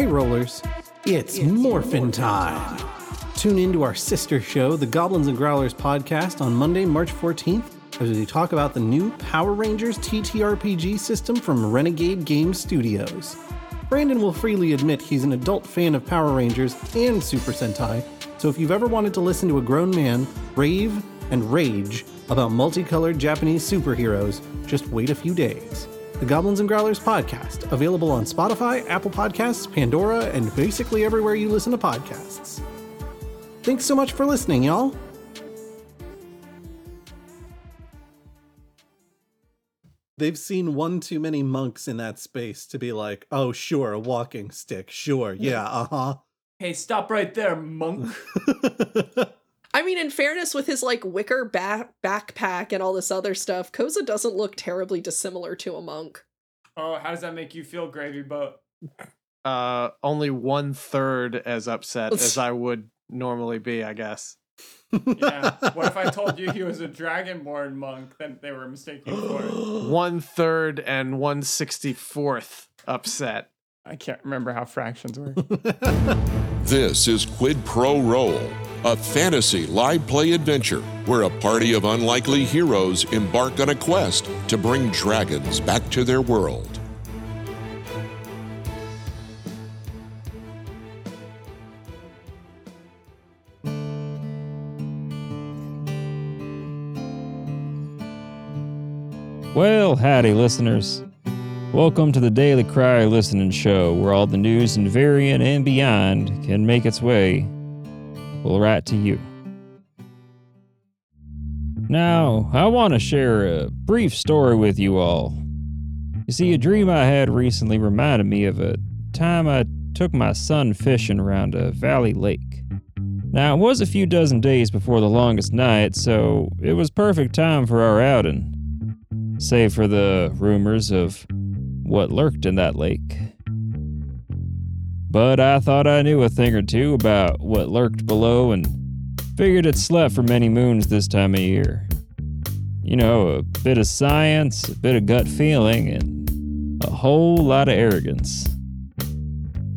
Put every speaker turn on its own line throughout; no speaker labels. rollers, it's, morphin' time. Tune in to our sister show, the Goblins and Growlers podcast, on Monday, March 14th, as we talk about the new Power Rangers TTRPG system from Renegade Game Studios. Brandon will freely admit he's an adult fan of Power Rangers and Super Sentai, so if you've ever wanted to listen to a grown man rave and rage about multicolored Japanese superheroes, just wait a few days. The Goblins and Growlers podcast, available on Spotify, Apple Podcasts, Pandora, and basically everywhere you listen to podcasts. Thanks so much for listening, y'all. They've seen one too many monks in that space to be like, oh, sure, a walking stick, sure, yeah, uh
Hey, stop right there, monk.
huh.
I mean, in fairness, with his like wicker ba- backpack and all this other stuff, Koza doesn't look terribly dissimilar to a monk.
Oh, how does that make you feel, Gravy Boat?
Uh, only one third as upset as I would normally be, I guess.
Yeah. what if I told you he was a dragonborn monk? Then they were mistaken for it.
One third and one sixty fourth upset.
I can't remember how fractions work.
This is Quid Pro Roll, a fantasy live play adventure where a party of unlikely heroes embark on a quest to bring dragons back to their world.
Well, howdy, listeners. Welcome to the Daily Cry Listening Show, where all the news and variant and beyond can make its way. We'll write to you. Now, I want to share a brief story with you all. You see, a dream I had recently reminded me of a time I took my son fishing around a valley lake. Now, it was a few dozen days before the longest night, so it was perfect time for our outing save for the rumors of what lurked in that lake. But I thought I knew a thing or two about what lurked below and figured it slept for many moons this time of year. You know, a bit of science, a bit of gut feeling, and a whole lot of arrogance.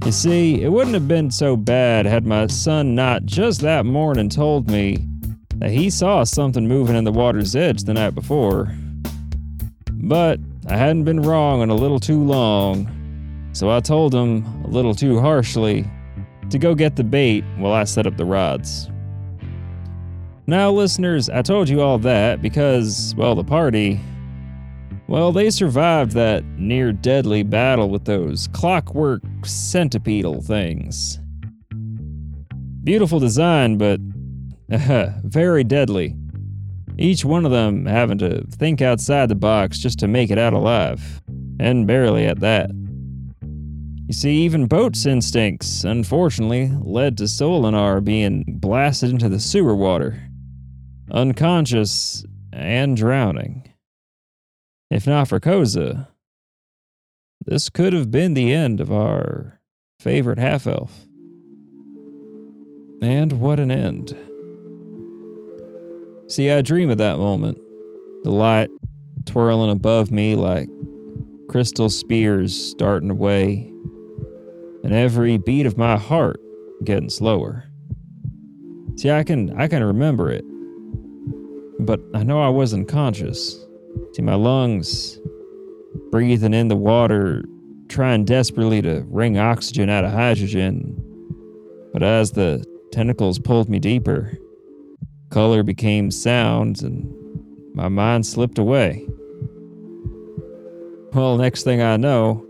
You see, it wouldn't have been so bad had my son not just that morning told me that he saw something moving in the water's edge the night before. But I hadn't been wrong in a little too long, so I told him, a little too harshly, to go get the bait while I set up the rods. Now, listeners, I told you all that because, well, the party, well, they survived that near deadly battle with those clockwork centipedal things. Beautiful design, but very deadly each one of them having to think outside the box just to make it out alive, and barely at that. You see, even boat's instincts, unfortunately, led to Solinar being blasted into the sewer water, unconscious and drowning. If not for Koza, this could have been the end of our favorite half elf. And what an end. See, I dream of that moment. The light twirling above me like crystal spears starting away, and every beat of my heart getting slower. See, I can I can remember it. But I know I wasn't conscious. See, my lungs breathing in the water, trying desperately to wring oxygen out of hydrogen. But as the tentacles pulled me deeper, color became sounds and my mind slipped away. Well, next thing I know,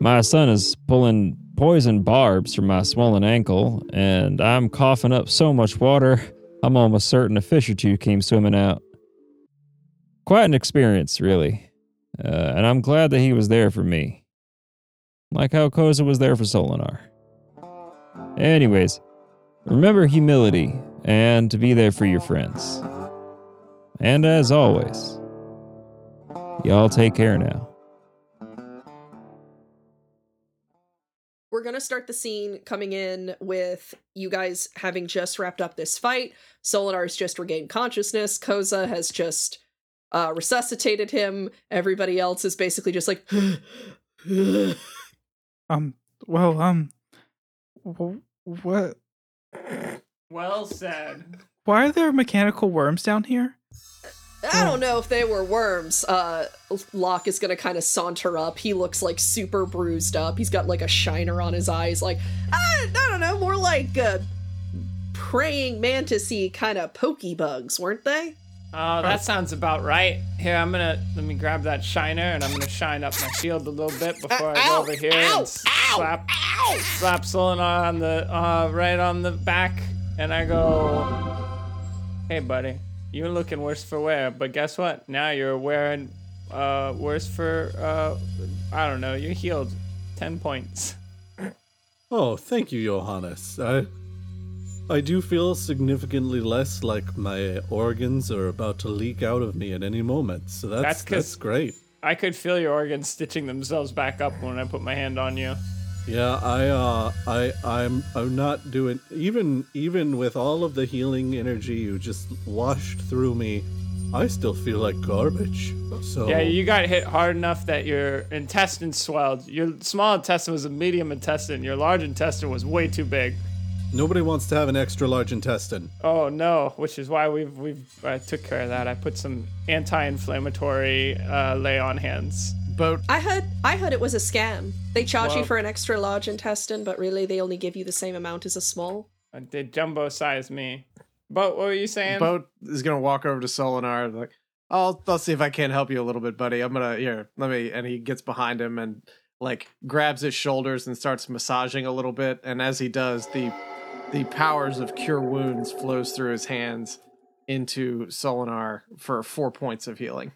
my son is pulling poison barbs from my swollen ankle, and I'm coughing up so much water, I'm almost certain a fish or two came swimming out. Quite an experience, really. Uh, and I'm glad that he was there for me. Like how Koza was there for Solinar. Anyways, remember humility and to be there for your friends. And as always, y'all take care now.
We're going to start the scene coming in with you guys having just wrapped up this fight. Solinar's just regained consciousness. Koza has just uh, resuscitated him. Everybody else is basically just like,
Um, well, um, Wh- What?
Well said.
Why are there mechanical worms down here?
I don't know if they were worms. Uh, Locke is gonna kind of saunter up. He looks like super bruised up. He's got like a shiner on his eyes. Like "Ah, I, I don't know, more like uh, praying mantisy kind of pokey bugs, weren't they?
Oh, that sounds about right. Here, I'm gonna let me grab that shiner and I'm gonna shine up my shield a little bit before I go over here and s- slap slap Solinar on the uh, right on the back, and I go, "Hey, buddy, you're looking worse for wear, but guess what? Now you're wearing uh, worse for uh, I don't know. You're healed, ten points."
Oh, thank you, Johannes. I I do feel significantly less like my organs are about to leak out of me at any moment. So that's
That's 'cause-
that's great.
I could feel your organs stitching themselves back up when I put my hand on you.
Yeah, I uh I I'm I'm not doing even even with all of the healing energy you just washed through me, I still feel like garbage. So
Yeah, you got hit hard enough that your intestine swelled. Your small intestine was a medium intestine. Your large intestine was way too big.
nobody wants to have an extra large intestine.
Oh no, which is why we've we've I took care of that. I put some anti-inflammatory uh, lay on hands.
But
I heard I heard it was a scam. They charge you for an extra large intestine, but really they only give you the same amount as a small.
I did jumbo size Uh, me. But what were you saying?
Boat is gonna walk over to Solinar like, I'll I'll see if I can't help you a little bit, buddy. I'm gonna here, let me and he gets behind him and like grabs his shoulders and starts massaging a little bit, and as he does, the the powers of cure wounds flows through his hands into Solinar for four points of healing.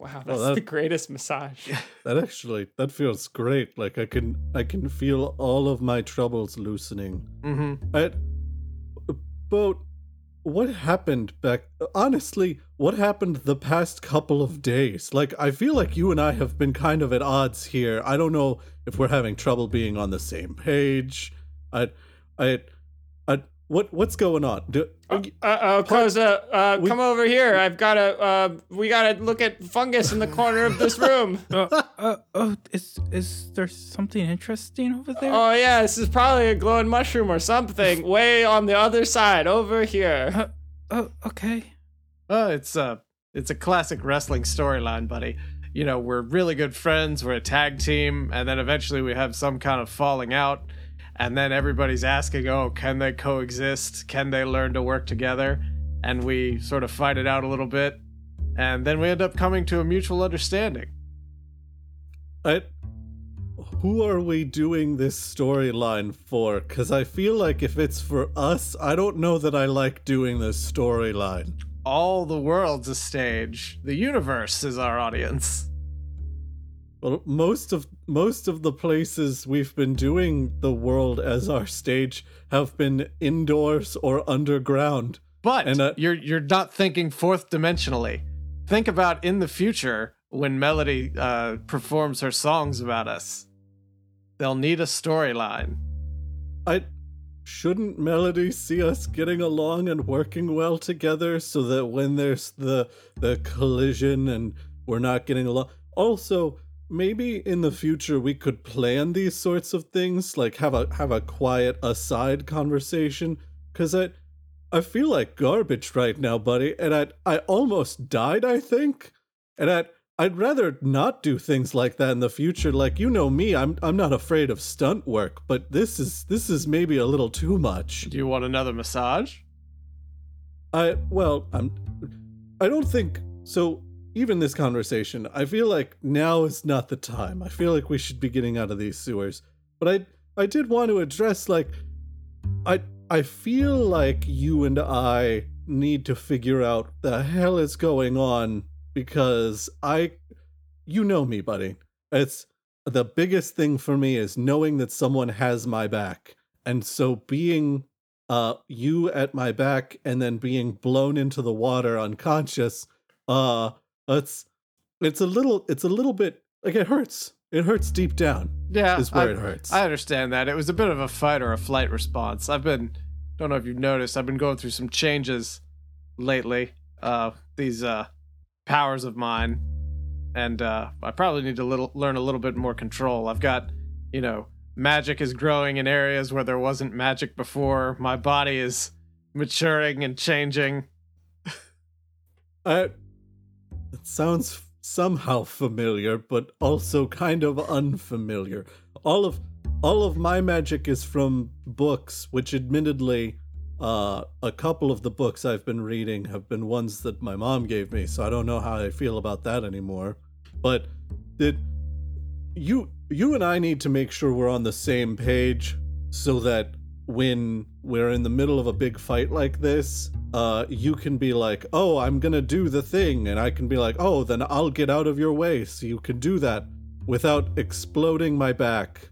wow, that's
that-
the greatest massage.
That actually that feels great. Like I can I can feel all of my troubles loosening.
hmm
I, but what happened back? Honestly, what happened the past couple of days? Like, I feel like you and I have been kind of at odds here. I don't know if we're having trouble being on the same page. I, I, I. What what's going on? Do,
Uh oh, Koza, uh,
We-
come over here. I've got to. Uh, we got to look at fungus in the corner of this room.
Uh, oh, is is there something interesting over there?
Oh yeah, this is probably a glowing mushroom or something. Way on the other side, over here.
oh, okay.
Oh, it's a it's a classic wrestling storyline, buddy. You know, we're really good friends, we're a tag team, and then eventually we have some kind of falling out, and then everybody's asking, "Oh, can they coexist? Can they learn to work together?" And we sort of fight it out a little bit, and then we end up coming to a mutual understanding.
I, who are we doing this storyline for? Because I feel like if it's for us, I don't know that I like doing this storyline.
All the world's a stage. The universe is our audience.
Well, most of most of the places we've been doing the world as our stage have been indoors or underground.
But
And, uh,
you're you're not thinking fourth dimensionally. Think about in the future when Melody uh, performs her songs about us. They'll need a storyline.
I shouldn't Melody see us getting along and working well together so that when there's the the collision and we're not getting along. Also, maybe in the future we could plan these sorts of things, like have a have a quiet aside conversation cuz I I feel like garbage right now, buddy, and I I almost died, I think. And I I'd rather not do things like that in the future. Like you know me, I'm I'm not afraid of stunt work, but this is this is maybe a little too much.
Do you want another massage?
I well, I'm I don't think so even this conversation, I feel like now is not the time. I feel like we should be getting out of these sewers. But I I did want to address like I I feel like you and I need to figure out the hell is going on because I you know me, buddy. It's the biggest thing for me is knowing that someone has my back. And so being uh you at my back and then being blown into the water unconscious uh it's it's a little it's a little bit like it hurts it hurts deep down
Yeah,
is where
I,
it hurts.
I understand that. It was a bit of a fight or a flight response. I've been, don't know if you've noticed, I've been going through some changes lately. Uh, these uh, powers of mine, and uh, I probably need to little learn a little bit more control. I've got, you know, Magic is growing in areas where there wasn't magic before. My body is maturing and changing.
Uh, it sounds somehow familiar, but also kind of unfamiliar. All of all of my magic is from books, which admittedly, uh, a couple of the books I've been reading have been ones that my mom gave me, so I don't know how I feel about that anymore. But it, you you and I need to make sure we're on the same page so that when we're in the middle of a big fight like this, uh, you can be like, "Oh, I'm gonna do the thing," and I can be like, "Oh, then I'll get out of your way so you can do that without exploding my back."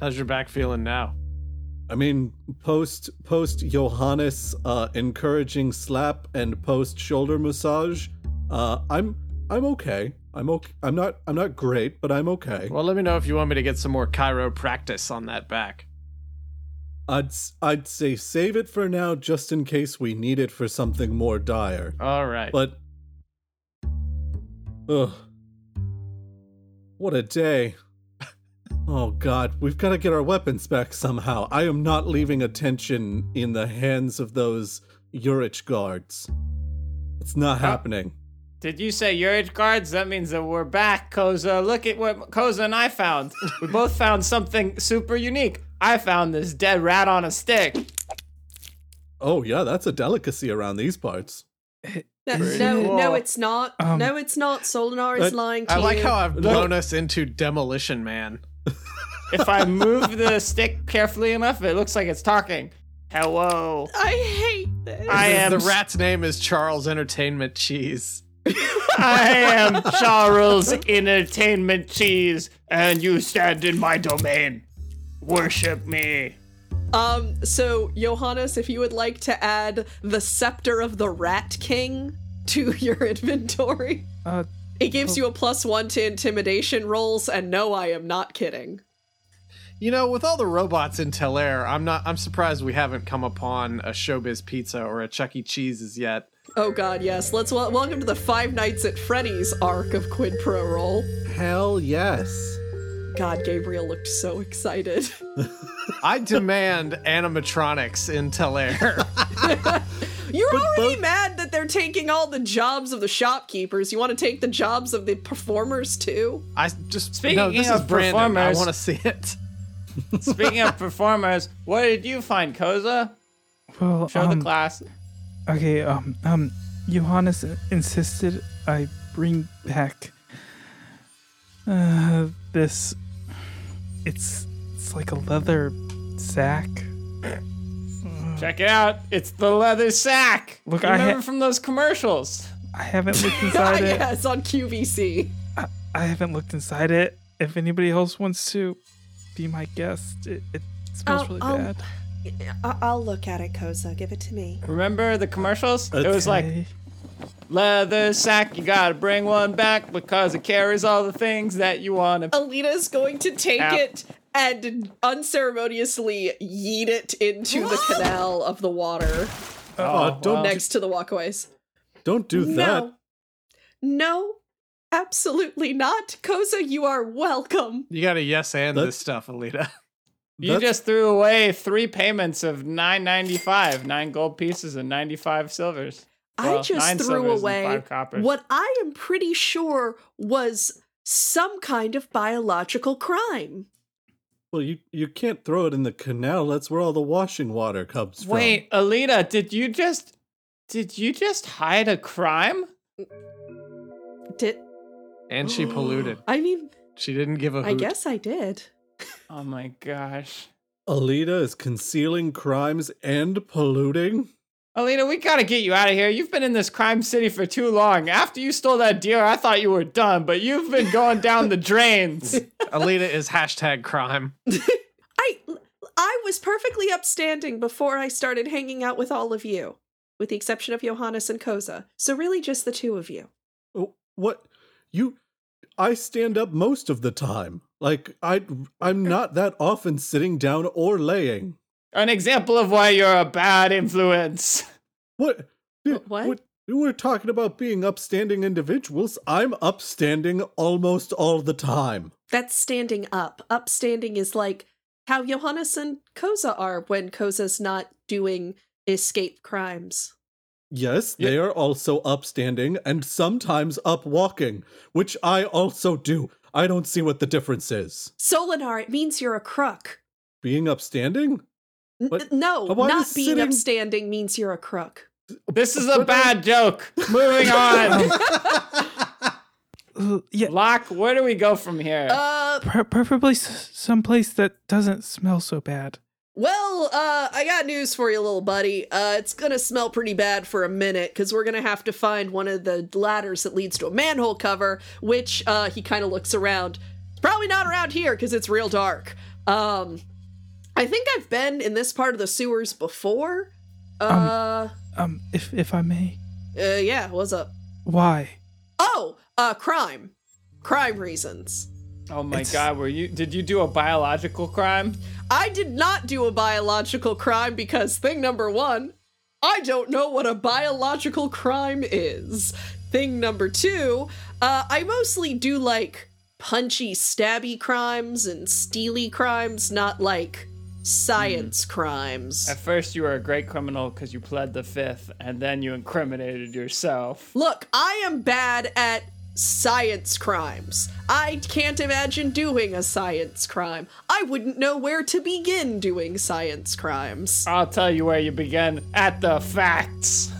How's your back feeling now?
I mean, post post Johannes uh, encouraging slap and post shoulder massage, uh, I'm I'm okay. I'm okay. I'm not I'm not great, but I'm okay.
Well, let me know if you want me to get some more chiropractic on that back.
I'd s- I'd say save it for now, just in case we need it for something more dire.
All right.
But, ugh, what a day! Oh God, we've got to get our weapons back somehow. I am not leaving attention in the hands of those Urich guards. It's not happening.
Did you say your age guards? That means that we're back, Koza. Look at what Koza and I found. We both found something super unique. I found this dead rat on a stick.
Oh yeah, that's a delicacy around these parts.
No,
Pretty
no, no,
cool.
it's not.
Um,
no, it's not. Solinar is
I-
lying to
I
you.
like how I've blown us into Demolition Man.
If I move the stick carefully enough, it looks like it's talking. Hello.
I hate this.
I am
the rat's name is Charles Entertainment Cheese.
I am Charles Entertainment Cheese, and you stand in my domain. Worship me.
Um, so Johannes, if you would like to add the scepter of the Rat King to your inventory,
Uh,
it gives you a plus one to intimidation rolls, and no, I am not kidding.
You know, with all the robots in Tel Air, I'm not. I'm surprised we haven't come upon a Showbiz Pizza or a Chuck E. Cheese's yet.
Oh God, yes. Let's wel- welcome to the Five Nights at Freddy's arc of Quid Pro Roll.
Hell yes.
God, Gabriel looked so excited.
I demand animatronics in Tel Air.
You're already mad that they're taking all the jobs of the shopkeepers. You want to take the jobs of the performers too?
I just
Speaking
no, this
of
is Brandon. I
performers-
want to see it.
Speaking of performers, what did you find, Koza?
well,
Show
um,
the class.
Okay, um, um, Johannes insisted I bring back uh, this. It's it's like a leather sack.
Check it out. It's the leather sack.
Look,
You
I
remember
ha-
from those commercials.
I haven't looked
Ah,
inside it.
yes, on QVC.
I haven't looked inside it. If anybody else wants to be my guest, it, it smells
Oh,
really
oh.
bad.
I- I'll look at it, Koza. Give it to me.
Remember the commercials? It was like
Hey,
leather sack. You gotta bring one back because it carries all the things that you want. to
Alita's going to take
Ow.
it and unceremoniously yeet it into the canal of the water
Oh, don't
next to the walkways.
don't do that.
No. No, absolutely not. Koza, you are welcome.
You got to yes and
That's-
this stuff, Alita.
You
That's-
just threw away three payments of nine ninety five, nine gold pieces and ninety five silvers.
I
Well, nine
just threw
silvers and
away
five coppers.
what I am pretty sure was some kind of biological crime.
Well, you you can't throw it in the canal. That's where all the washing water comes from.
Wait, Alita, did you just did you just hide a crime?
Did
And she polluted.
I mean,
She didn't give a hoot.
I guess I did.
Oh my gosh.
Alita is concealing crimes and polluting.
Alita, we gotta get you out of here. You've been in this crime city for too long. After you stole that deer, I thought you were done, but you've been going down the drains.
Alita is hashtag crime.
I I was perfectly upstanding before I started hanging out with all of you, with the exception of Johannes and Koza. So really just the two of you.
Oh, What you? I stand up most of the time. Like I, I'm not that often sitting down or laying.
An example of why you're a bad influence.
What?
Wh- what?
You were talking about being upstanding individuals. I'm upstanding almost all the time.
That's standing up. Upstanding is like how Johannes and Koza are when Koza's not doing escape crimes.
Yes, they are also upstanding and sometimes upwalking, which I also do. I don't see what the difference is.
Solinar, it means you're a crook.
Being upstanding?
N-
What?
no,
Why
not
is
being
sitting-
upstanding means you're a crook.
This is a bad joke. Moving on.
Uh, yeah,
Locke, where do we go from here?
Uh,
pre- preferably s- someplace that doesn't smell so bad.
well, uh, I got news for you, little buddy. Uh, it's gonna smell pretty bad for a minute because we're gonna have to find one of the ladders that leads to a manhole cover. Which uh, he kind of looks around. It's probably not around here because it's real dark. Um, I think I've been in this part of the sewers before. Uh,
Um, if if I may,
uh yeah. What's up?
why?
Oh, uh, crime, crime reasons.
oh my god, were you did you do a biological crime?
I did not do a biological crime because thing number one, I don't know what a biological crime is. Thing number two, uh, I mostly do like punchy, stabby crimes and steely crimes, not like science crimes.
At first you were a great criminal because you pled the fifth and then you incriminated yourself.
Look, I am bad at science crimes. I can't imagine doing a science crime. I wouldn't know where to begin doing science crimes.
I'll tell you where you begin at the facts.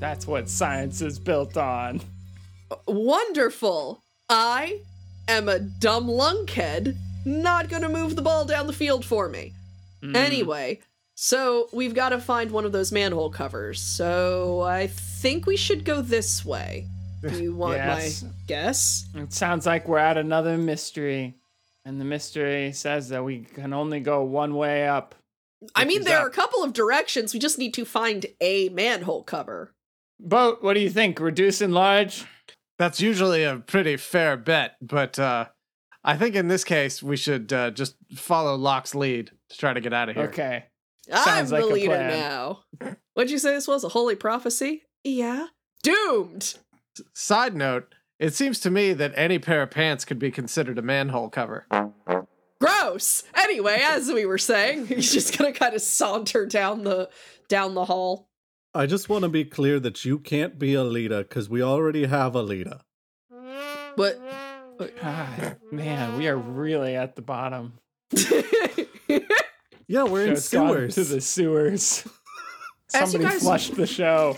That's what science is built on.
Wonderful. I am a dumb lunkhead, not gonna move the ball down the field for me.
Hmm.
Anyway, so we've gotta find one of those manhole covers. So I think we should go this way. Do you want
Yes.
my guess?
It sounds like we're at another mystery. And the mystery says that we can only go one way up.
I mean,
is
there
up.
are a couple of directions. We just need to find a manhole cover.
Boat, what do you think? Reduce and large?
That's usually a pretty fair bet, but uh, I think in this case we should uh, just follow Locke's lead to try to get out of here.
Okay.
I'm
Sounds like
the
a
leader
plan.
now. What'd you say this was? A holy prophecy?
Yeah.
Doomed.
Side note: It seems to me that any pair of pants could be considered a manhole cover.
gross anyway as we were saying he's just gonna kind of saunter down the down the hall
I just want to be clear that you can't be Alita because we already have Alita.
but
God, man, we are
Mm.
really at the bottom.
Yeah, we're in
Show's gone
sewers.
To the sewers.
As you
Somebody
guys-
flushed the show.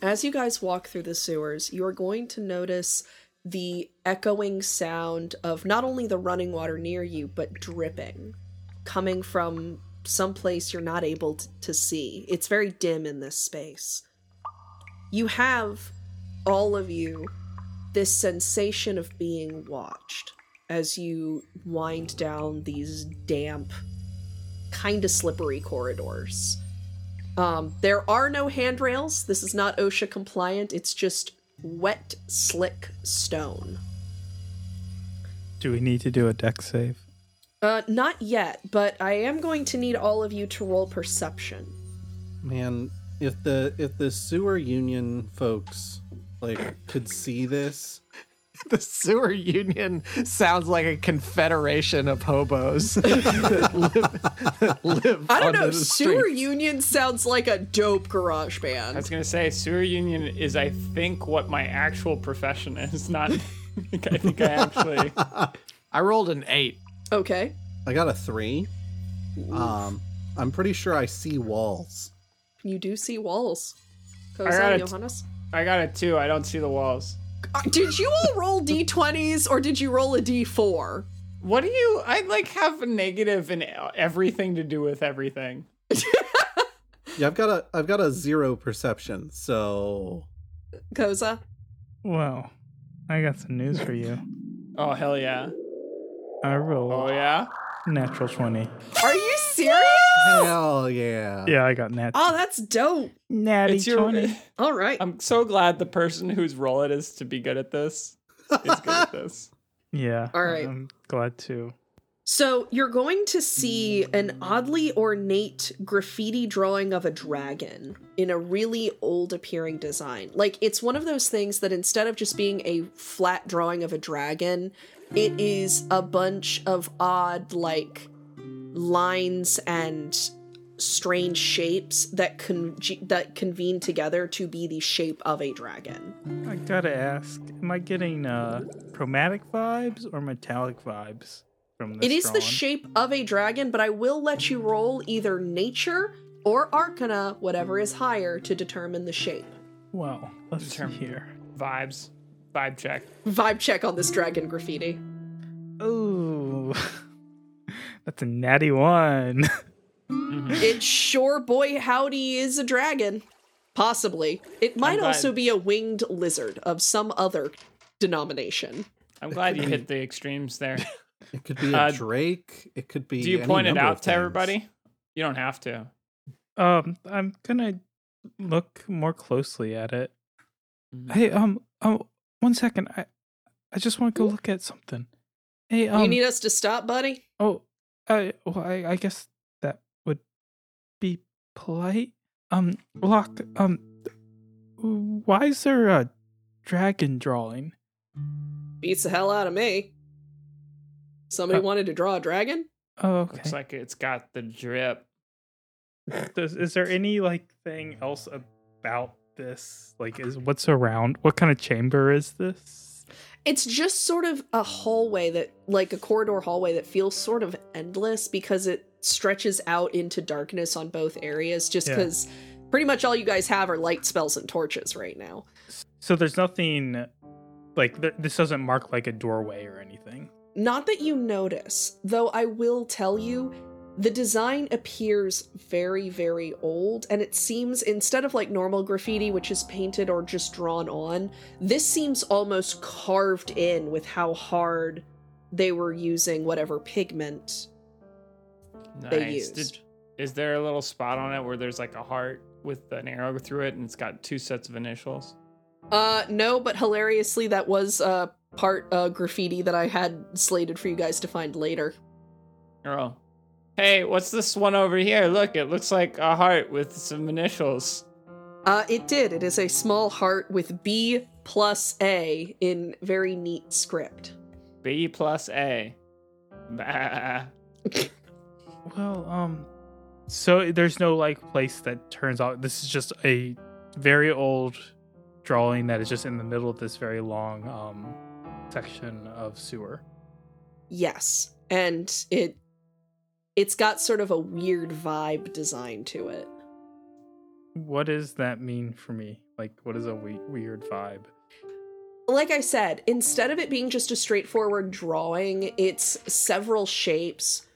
as you guys walk through the sewers you're going to notice the echoing sound of not only the running water near you but dripping coming from someplace you're not able t- to see it's very dim in this space you have all of you this sensation of being watched as you wind down these damp, kind of slippery corridors. Um, there are no handrails. This is not OSHA compliant. It's just wet, slick stone.
Do we need to do a deck save?
Uh, not yet, but I am going to need all of you to roll perception.
Man, if the if the sewer union folks like could see this,
The sewer union sounds like a confederation of hobos that live, that live
I don't
under
know.
the
Sewer
streets.
Union sounds like a dope garage band.
I was gonna say sewer union is, I think, what my actual profession is. Not, I think I actually.
I rolled an eight.
Okay.
I got a three. Um, I'm pretty sure I see walls.
You do see walls.
gotta
Koza,
t-
Johannes.
I got it too. I don't see the walls.
Uh, Did you all roll d20s or did you roll a d4?
What do you? I like have a negative in everything to do with everything.
Yeah, I've got a I've got a zero perception. So
Koza?
Well, I got some news for you.
Oh hell yeah!
I
Oh
rolled
yeah!
natural twenty.
Are you serious?
hell yeah.
Yeah, I got nat
Oh, that's dope.
natty
It's your-
twenty.
All right.
I'm so glad the person whose role it is to be good at this is good at this.
Yeah,
All right.
I'm glad to.
So you're going to see an oddly ornate graffiti drawing of a dragon in a really old appearing design. Like it's one of those things that instead of just being a flat drawing of a dragon, it is a bunch of odd like lines and strange shapes that con- that convene together to be the shape of a dragon.
I gotta ask, am I getting uh, chromatic vibes or metallic vibes from this?
It is the
drawing?
shape of a dragon, but I will let you roll either nature or arcana, whatever is higher, to determine the shape.
Well, let's see
Term-
here.
Vibes. Vibe check.
Vibe check on this dragon graffiti.
Ooh, that's a natty one.
It sure, boy, howdy, is a dragon. Possibly. It might
glad-
also be a winged lizard of some other denomination.
I'm glad you hit the extremes there.
It could be a
Uh,
drake. It could be.
Do you
any
point it
number of
out to
things.
everybody? You don't have to.
Um, I'm gonna look more closely at it. Hey, um, um, one second. I, I just want to go look at something. Hey, um,
you need us to stop, buddy?
oh, I, well, I, I guess that would be polite. Um, locked. Um, why is there a dragon drawing?
Beats the hell out of me. Somebody
Uh,
wanted to draw a dragon?
Oh, okay.
Looks like it's got the drip.
Does, is there any like thing else about this? Like, is what's around? What kind of chamber is this?
It's just sort of a hallway that, like a corridor hallway that feels sort of endless because it stretches out into darkness on both areas, just
Yeah.
because pretty much all you guys have are light spells and torches right now.
So there's nothing like th- this doesn't mark like a doorway or anything.
Not that you notice, though I will tell you, the design appears very, very old, and it seems instead of like normal graffiti, which is painted or just drawn on, this seems almost carved in with how hard they were using whatever pigment
Nice.
they
Did-
used.
is there a little spot on it where there's like a heart with an arrow through it and it's got two sets of initials?
Uh, no, but hilariously, that was uh part uh graffiti that I had slated for you guys to find later.
Oh. Hey, what's this one over here? Look, it looks like a heart with some initials.
Uh, it did. It is a small heart with B plus A in very neat script.
B plus A. Bah.
Well, um, so there's no like place that turns out. This is just a very old drawing that is just in the middle of this very long um section of sewer.
Yes, and it it's got sort of a weird vibe design to it.
What does that mean for me? Like, what is a we- weird vibe?
like I said, instead of it being just a straightforward drawing, it's several shapes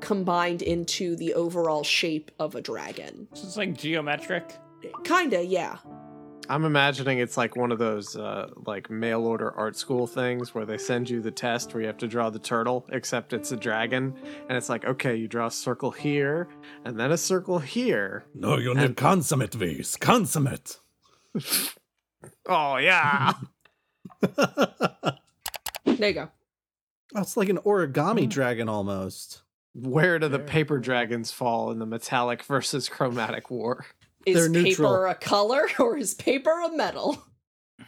combined into the overall shape of a dragon.
So it's like geometric.
Kinda, yeah.
I'm imagining it's like one of those uh, like mail order art school things where they send you the test where you have to draw the turtle, except it's a dragon, and it's like okay, you draw a circle here, and then a circle here.
No, you need consummate vase. Consummate.
Oh yeah,
There you go.
That's like an origami
Hmm.
dragon almost.
where do the paper dragons fall in the metallic versus chromatic war?
Is
They're neutral.
paper a color or is paper a metal?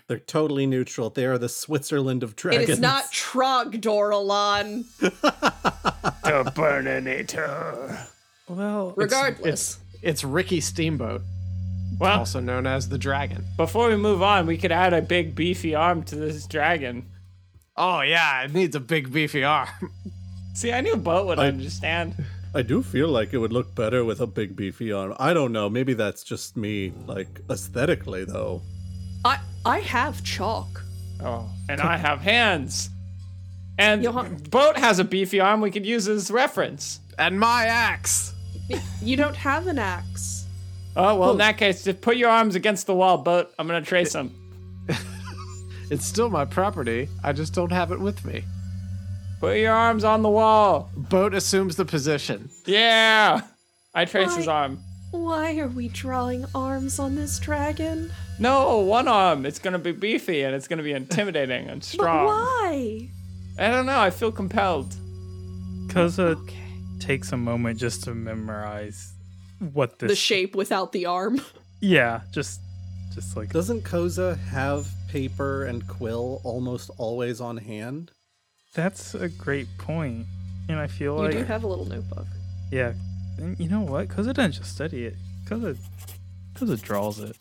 They're totally neutral. They are the Switzerland of dragons.
It is not Trogdoralon,
The Burninator.
Well,
regardless.
It's Ricky Steamboat,
Well,
also known as the Dragon.
before we move on, we could add a big beefy arm to this dragon.
Oh yeah, it needs a big beefy arm.
See, I knew Boat would
I-
understand.
I do feel like it would look better with a big beefy arm. I don't know. Maybe that's just me. Like aesthetically, though.
I I have chalk.
Oh, and I have hands. And
Johan-
Boat has a beefy arm we could use as reference.
And my axe.
You don't have an axe.
Oh, well, in that case, just put your arms against the wall, Boat. I'm going to trace them.
It's still my property. I just don't have it with me.
Put your arms on the wall.
Boat assumes the position.
Yeah. I trace his arm.
Why are we drawing arms on this dragon?
No, one arm. It's going to be beefy and it's going to be intimidating and strong.
Why?
I don't know. I feel compelled.
Koza
Okay.
takes a moment just to memorize what this
The shape without the arm.
Yeah, just just like
Doesn't Koza have paper and quill almost always on hand?
that's a great point. And I feel
You
like
do have a little notebook.
yeah. And you know what? Koza doesn't just study it. Koza Koza draws it.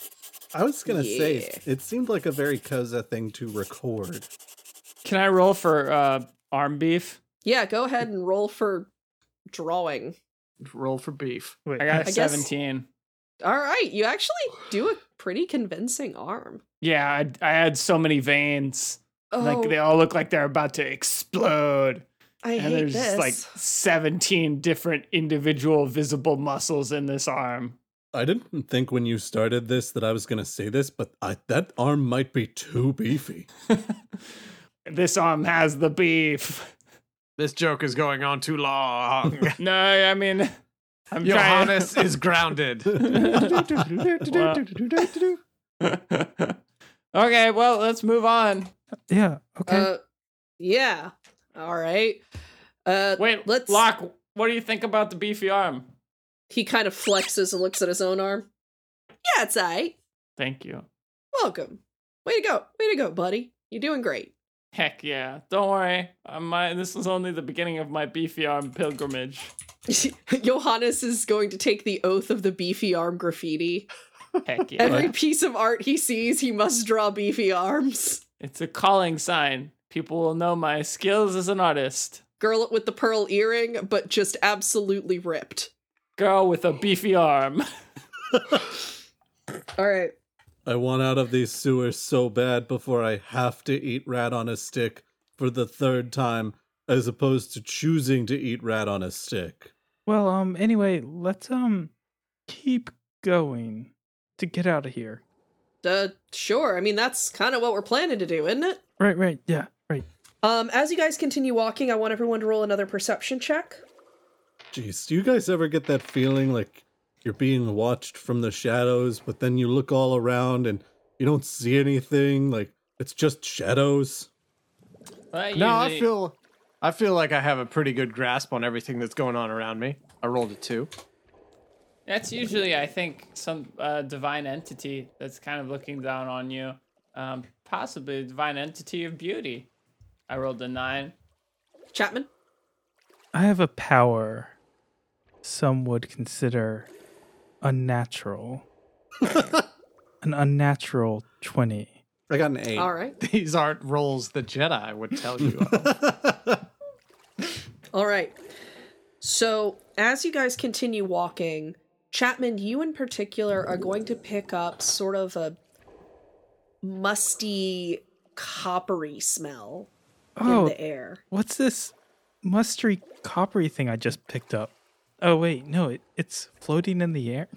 I was gonna say
Yeah.
it seemed like a very Koza thing to record.
Can I roll for uh, arm beef?
Yeah, go ahead and roll for drawing.
Roll for beef.
Wait,
I got a
guess-
17.
All right, you actually do a pretty convincing arm.
Yeah, I, I had so many veins.
Oh,
Like they all look like they're about to explode.
I
and
hate
there's
this.
like 17 different individual visible muscles in this arm.
I didn't think when you started this that I was gonna say this, but I, that arm might be too beefy.
This arm has the beef.
This joke is going on too long.
No, I mean, I'm
Johannes is grounded.
trying. okay, well, let's move on.
yeah, okay.
uh, yeah. All right. Uh,
Wait,
let's.
Locke, what do you think about the beefy arm?
He kind of flexes and looks at his own arm. Yeah, it's all right.
Thank you.
Welcome. Way to go. Way to go, buddy. You're doing great.
Heck yeah. Don't worry. i my, this is only the beginning of my beefy arm pilgrimage.
Johannes is going to take the oath of the beefy arm graffiti.
Heck yeah.
Every piece of art he sees, he must draw beefy arms.
It's a calling sign. People will know my skills as an artist.
Girl with the pearl earring, but just absolutely ripped.
Girl with a beefy arm.
All right.
I want out of these sewers so bad before I have to eat rat on a stick for the third time, as opposed to choosing to eat rat on a stick.
well, um anyway, let's um keep going to get out of here.
Uh, sure. I mean, that's kind of what we're planning to do, isn't it?
Right, right. Yeah, right.
Um, as you guys continue walking, I want everyone to roll another perception check.
Jeez, do you guys ever get that feeling like you're being watched from the shadows, but then you look all around and you don't see anything? Like it's just shadows.
no, I feel I feel like I have a pretty good grasp on everything that's going on around me. I rolled a two.
That's usually, I think, some uh, divine entity that's kind of looking down on you. Um, possibly a divine entity of beauty. I rolled a nine.
Chapman?
I have a power some would consider unnatural. An unnatural 20.
I got an eight.
All right.
These aren't rolls the Jedi would tell you. of.
All right. So, as you guys continue walking, Chapman, you in particular are going to pick up sort of a musty, coppery smell in
Oh,
the air.
what's this musty coppery thing I just picked up? Oh, wait, no, it, it's floating in the air.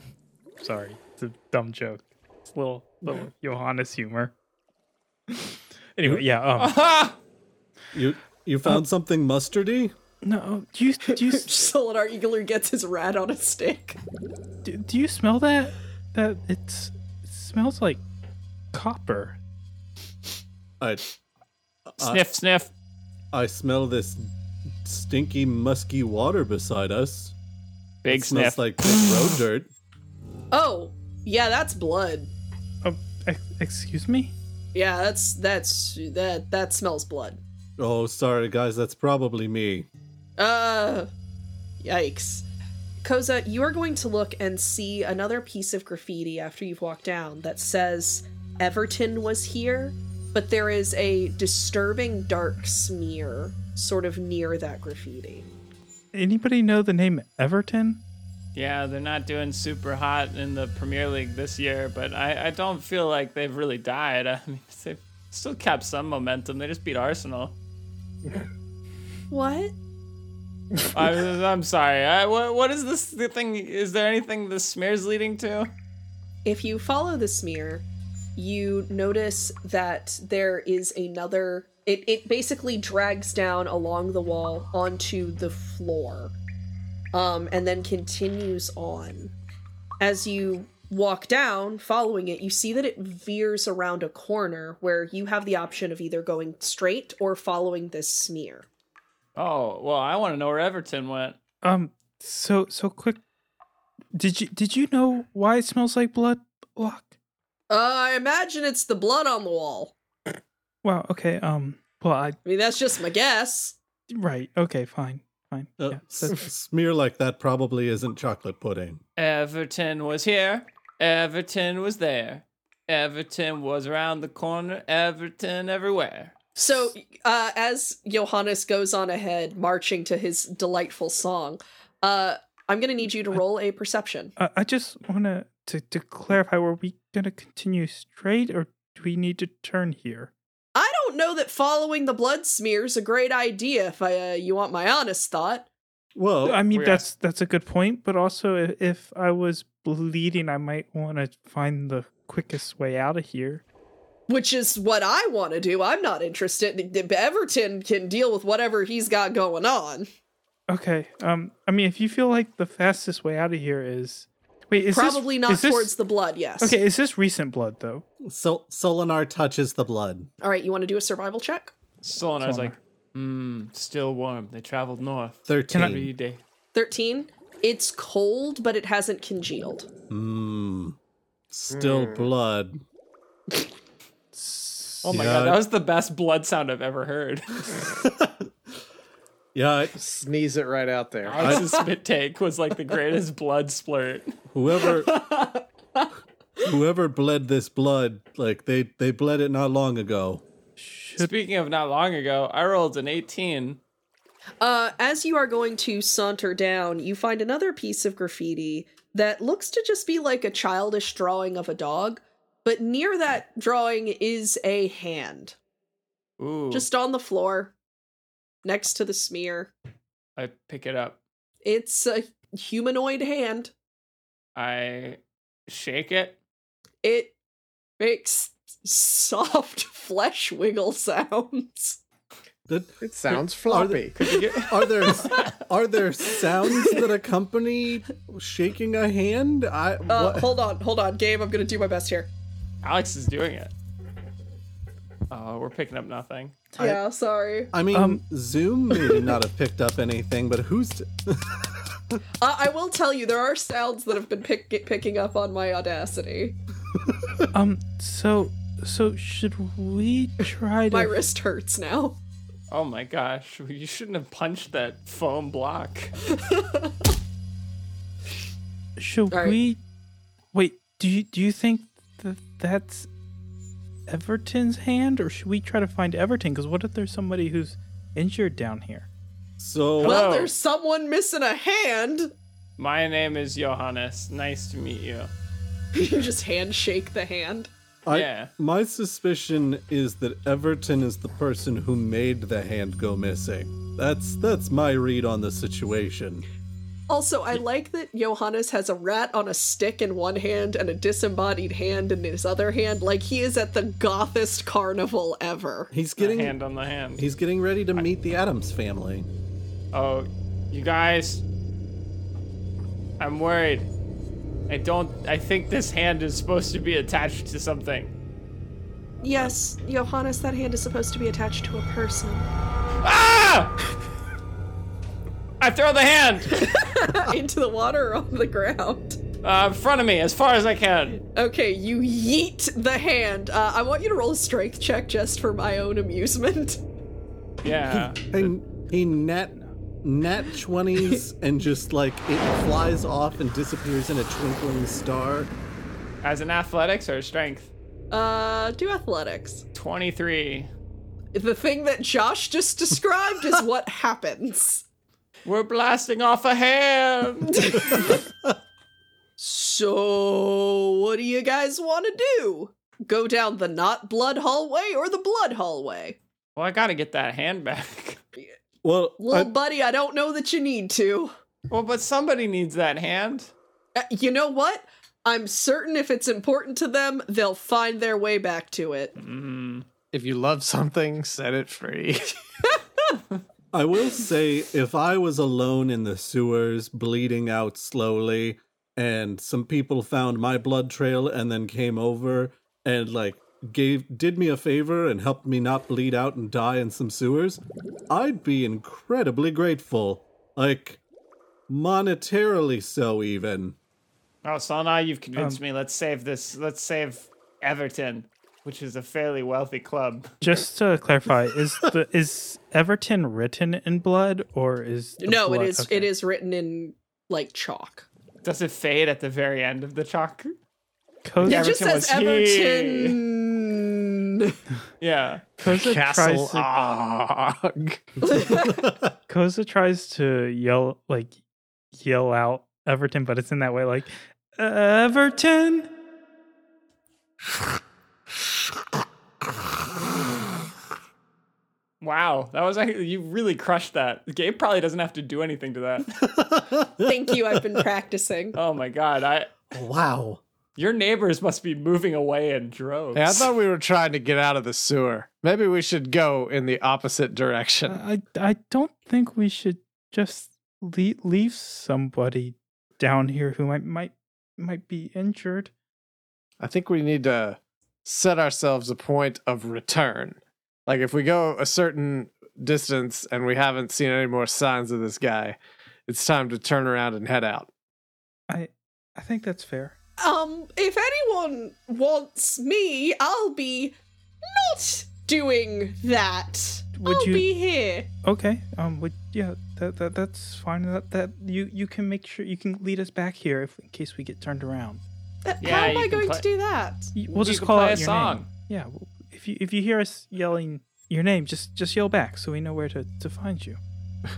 Sorry, it's a dumb joke. It's a little, little Johannes humor. Anyway, yeah, um,
You you found something mustardy?
no, oh, do you, do you,
Solinar Eagler gets his rat on a stick.
do, do you smell that? That, it's, it smells like copper.
I
Sniff, sniff.
I smell this stinky musky water beside us.
Big
It smells
sniff.
like road dirt.
Oh, yeah, that's blood.
Um, ex- excuse me?
Yeah, that's that's that that smells blood.
Oh, sorry guys, that's probably me.
Uh, yikes. Koza, you are going to look and see another piece of graffiti after you've walked down that says Everton was here, but there is a disturbing dark smear sort of near that graffiti.
Anybody know the name Everton?
yeah, they're not doing super hot in the Premier League this year, but I, I don't feel like they've really died. I mean, they've still kept some momentum. They just beat Arsenal.
What?
I, I'm sorry. I, what, what is this thing? Is there anything the smear's leading to?
If you follow the smear, you notice that there is another. It, it basically drags down along the wall onto the floor um, and then continues on. As you walk down, following it, you see that it veers around a corner where you have the option of either going straight or following this smear.
Oh, well, I want to know where Everton went.
Um. So so quick. Did you did you know why it smells like blood, Locke?
Uh, I imagine it's the blood on the wall.
Wow. Okay. Um. Well, I
I mean, that's just my guess.
right. Okay. Fine. Fine.
Uh,
yeah.
s-
that's-
smear like that probably isn't chocolate pudding.
Everton was here. Everton was there. Everton was around the corner. Everton everywhere.
So, uh, as Johannes goes on ahead, marching to his delightful song, uh, I'm going to need you to roll a perception.
I, I just wanna to to clarify: were we gonna continue straight, or do we need to turn here?
I don't know that following the blood smear is a great idea. If I, uh, you want my honest thought, Oh,
Well,
I mean,
we're
that's that's a good point, but also if, if I was bleeding, I might want to find the quickest way out of here.
which is what I want to do, I'm not interested. Everton can deal with whatever he's got going on.
Okay. Um. I mean, if you feel like the fastest way out of here is, wait, is this-
Probably not
is this-
towards the blood. Yes.
Okay. Is this recent blood though?
Sol- Solinar touches the blood.
All right. You want to do a survival check?
Solinar's
Solinar.
like, mmm, still warm. They traveled north.
13.
Three day.
Thirteen. It's cold, but it hasn't congealed.
Mm. Still blood.
Oh my
Yeah.
god, that was the best blood sound I've ever heard.
Yeah,
Sneeze it right out there.
Alex's spit take was like the greatest blood splurt.
whoever whoever bled this blood, like they they bled it not long ago.
Speaking of not long ago, I rolled an 18.
Uh, as you are going to saunter down, you find another piece of graffiti that looks to just be like a childish drawing of a dog, but near that drawing is a hand,
Ooh.
just on the floor, next to the smear.
I pick it up.
It's a humanoid hand.
I shake it.
It makes soft flesh wiggle sounds.
Did-
It sounds
Are they-
floppy.
Are there are there sounds that accompany shaking a hand? I
Uh,
what-
hold on, hold on, game. I'm gonna do my best here.
Alex is doing it. Oh, we're picking up nothing.
yeah, sorry.
I mean,
um,
Zoom may not have picked up anything, but who's to,
Uh, I will tell you, there are sounds that have been pick- picking up on my audacity.
Um. So so should we try to?
My wrist hurts now.
Oh my gosh, you shouldn't have punched that foam block.
Should
Alright.
we? Wait. Do you do you think that that's Everton's hand, or should we try to find Everton? Because what if there's somebody who's injured down here?
so
Hello?
Well, there's someone missing a hand.
My name is Johannes. Nice to meet you.
you just handshake the hand.
I,
Yeah.
my suspicion is that Everton is the person who made the hand go missing. That's that's my read on the situation.
Also, I like that Johannes has a rat on a stick in one hand and a disembodied hand in his other hand. Like he is at the gothest carnival ever.
He's
The
getting
hand on the hand.
he's getting ready to meet the Adams family.
Oh, you guys. I'm worried. I don't. I think this hand is supposed to be attached to something.
Yes, Johannes, that hand is supposed to be attached to a person.
Ah! I throw the hand
Into the water or on the ground.
uh, in front of me as far as I can.
Okay, you yeet the hand. Uh, I want you to roll a strength check just for my own amusement.
Yeah.
And he nat nat twenties and just like it flies off and disappears in a twinkling star.
As an athletics or strength?
Uh, do athletics.
23.
The thing that Josh just described is what happens.
We're blasting off a hand.
So, what do you guys want to do? Go down the not blood hallway or the blood hallway?
well, I gotta get that hand back.
Well,
Little buddy, I don't know that you need to.
Well, but somebody needs that hand.
Uh, you know what? I'm certain if it's important to them, they'll find their way back to it.
If you love something, set it free.
I will say, if I was alone in the sewers, bleeding out slowly, and some people found my blood trail and then came over and like gave did me a favor and helped me not bleed out and die in some sewers, I'd be incredibly grateful. Like monetarily so even.
Oh, so now you've convinced
Um,
me. Let's save this. Let's save Everton, which is a fairly wealthy club.
Just to clarify, is the is Everton written in blood or is the
no,
blood-
it is
okay.
it is written in like chalk.
Does it fade at the very end of the chalk?
Koza,
It just
Everton
says
was here.
Everton.
Yeah.
Koza
Castle
tries to,
Og.
Koza tries to yell like yell out Everton, but it's in that way like Everton.
Wow, that was actually, you really crushed that. Gabe probably doesn't have to do anything to that.
Thank you. I've been practicing.
Oh my god, I
Wow.
your neighbors must be moving away in droves.
Yeah, I thought we were trying to get out of the sewer. Maybe we should go in the opposite direction.
I I don't think we should just leave, leave somebody down here who might might might be injured.
I think we need to set ourselves a point of return. Like if we go a certain distance and we haven't seen any more signs of this guy, it's time to turn around and head out.
I I think that's fair.
Um, if anyone wants me, I'll be not doing that.
Would
I'll
you-
be here.
Okay. Um. Would yeah. That, that that's fine. That that you you can make sure you can lead us back here if in case we get turned around.
Uh,
Yeah,
How am
you
I
can
going
play-
to do that?
Y- We'll
You
just
can
call
play
out
a
your
song.
name. Yeah. w- If you if you hear us yelling your name, just just yell back so we know where to to find you.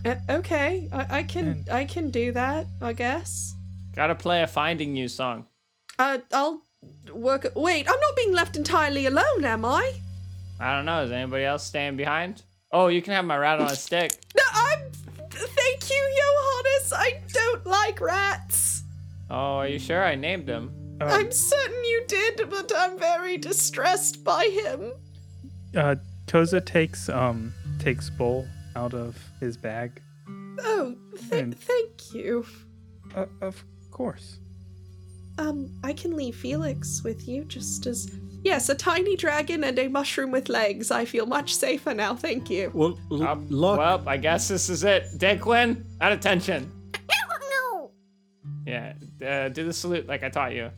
Uh, okay, I, I can
And-
I can do that. I guess.
Gotta play a finding you song.
Uh, I'll work. Wait, I'm not being left entirely alone, am I?
I don't know. Is anybody else staying behind? Oh, you can have my rat on a stick.
No, I'm. Thank you, Johannes. I don't like rats.
Oh, are you sure I named him?
Um,
I'm certain you did, but I'm very distressed by him.
uh, Koza takes um takes bowl out of his bag.
Oh, th-
And-
thank you.
Uh, of course.
Um, I can leave Felix with you just as. Yes, a tiny dragon and a mushroom with legs. I feel much safer now, thank you.
Well, l-
Um,
look.
Well, I guess this is it. Declan, out of tension. Yeah, uh, do the salute like I taught you.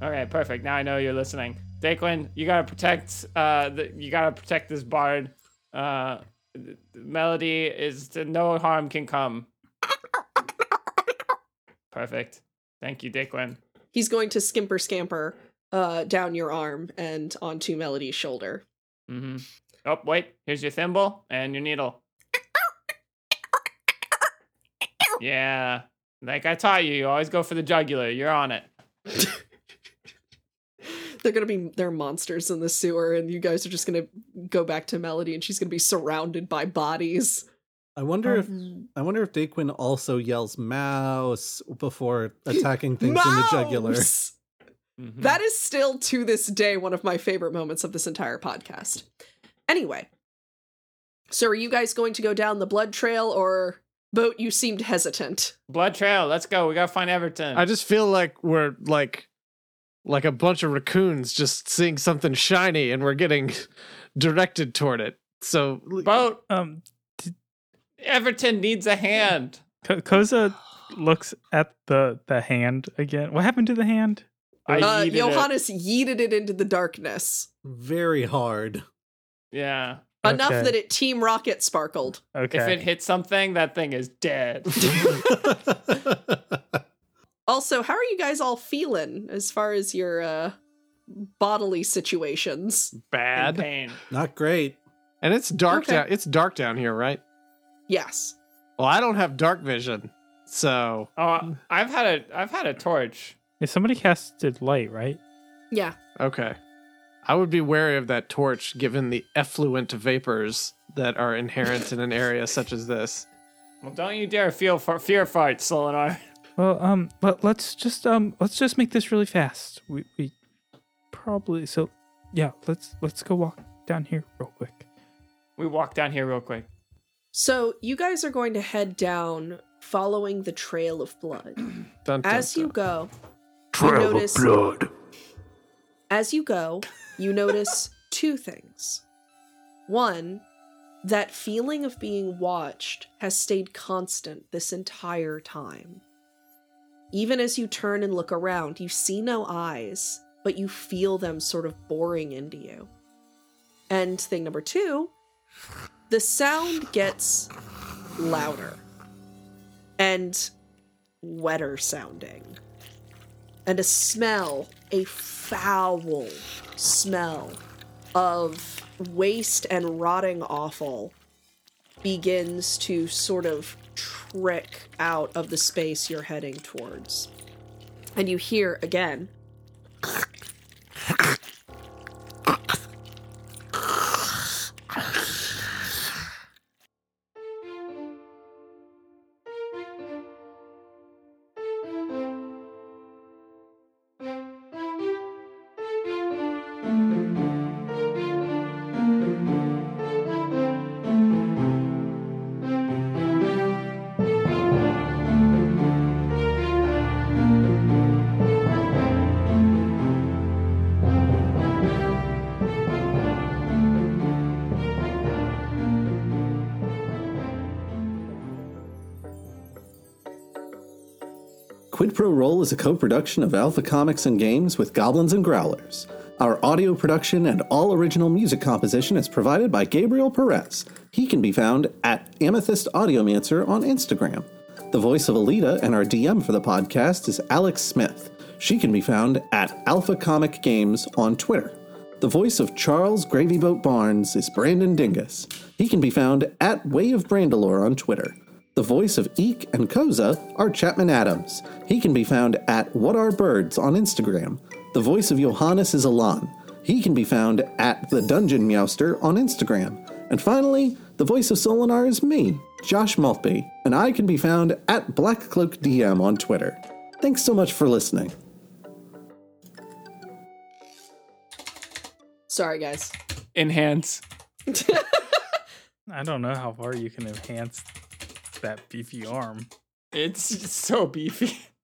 Okay, perfect. Now I know you're listening. Declan, you gotta protect. Uh, the, you gotta protect this bard. Uh, th- melody is no harm can come. Perfect. Thank you, Declan.
He's going to skimper scamper uh, down your arm and onto Melody's shoulder.
Mm-hmm. Oh wait, here's your thimble and your needle. Yeah, like I taught you, you always go for the jugular. You're on it.
They're gonna be they're monsters in the sewer, and you guys are just gonna go back to Melody, and she's gonna be surrounded by bodies.
I wonder if I wonder if Daquin also yells mouse before attacking things in the jugular.
Mouse!
Mhm.
That is still to this day one of my favorite moments of this entire podcast. Anyway, so are you guys going to go down the blood trail or boat? You seemed hesitant.
Blood Trail, let's go. We gotta find Everton.
I just feel like we're like like a bunch of raccoons just seeing something shiny and we're getting directed toward it. So
boat.
Um,
Everton needs a hand.
Ko- Koza looks at the the hand again. What happened to the hand?
I
Uh,
needed it.
Johannes yeeted it into the darkness
Very hard.
Yeah.
enough
Okay.
that it Team Rocket sparkled.
Okay.
If it hits something, that thing is dead.
Also, how are you guys all feeling as far as your uh, bodily situations?
In
bad.
pain.
Not great.
And it's dark
Okay.
down it's dark down here, right?
Yes.
Well, I don't have dark vision. So
Oh, I've had a I've had a torch.
Yeah, somebody casted light, right?
Yeah.
okay. I would be wary of that torch given the effluent vapors that are inherent in an area such as this.
Well, don't you dare feel for fear fart, Solinar.
Well, um, let, let's just um, let's just make this really fast. We we probably so yeah. Let's let's go walk down here real quick.
We walk down here real quick.
So you guys are going to head down following the trail of blood.
Dun, dun,
As you
dun.
go, you notice As you go, you notice two things. One, that feeling of being watched has stayed constant this entire time. Even as you turn and look around, you see no eyes, but you feel them sort of boring into you. And thing number two, the sound gets louder and wetter sounding. And a smell, a foul smell of waste and rotting offal begins to sort of trick out of the space you're heading towards. And you hear again
Quid Pro Roll is a co production of Alpha Comics and Games with Goblins and Growlers. Our audio production and all original music composition is provided by Gabriel Perez. He can be found at Amethyst Audiomancer on Instagram. The voice of Alita and our DM for the podcast is Alex Smith. She can be found at Alpha Comic Games on Twitter. The voice of Charles Gravyboat Barnes is Brandon Dingus. He can be found at Way of Brandalore on Twitter. The voice of Eek and Koza are Chapman Adams. He can be found at What Are Birds on Instagram. The voice of Johannes is Alon. He can be found at The Dungeon Meowster on Instagram. And finally, the voice of Solinar is me, Josh Maltby, and I can be found at Black Cloak DM on Twitter. Thanks so much for listening.
Sorry, guys.
Enhance.
I don't know how far you can enhance that beefy arm.
It's so beefy.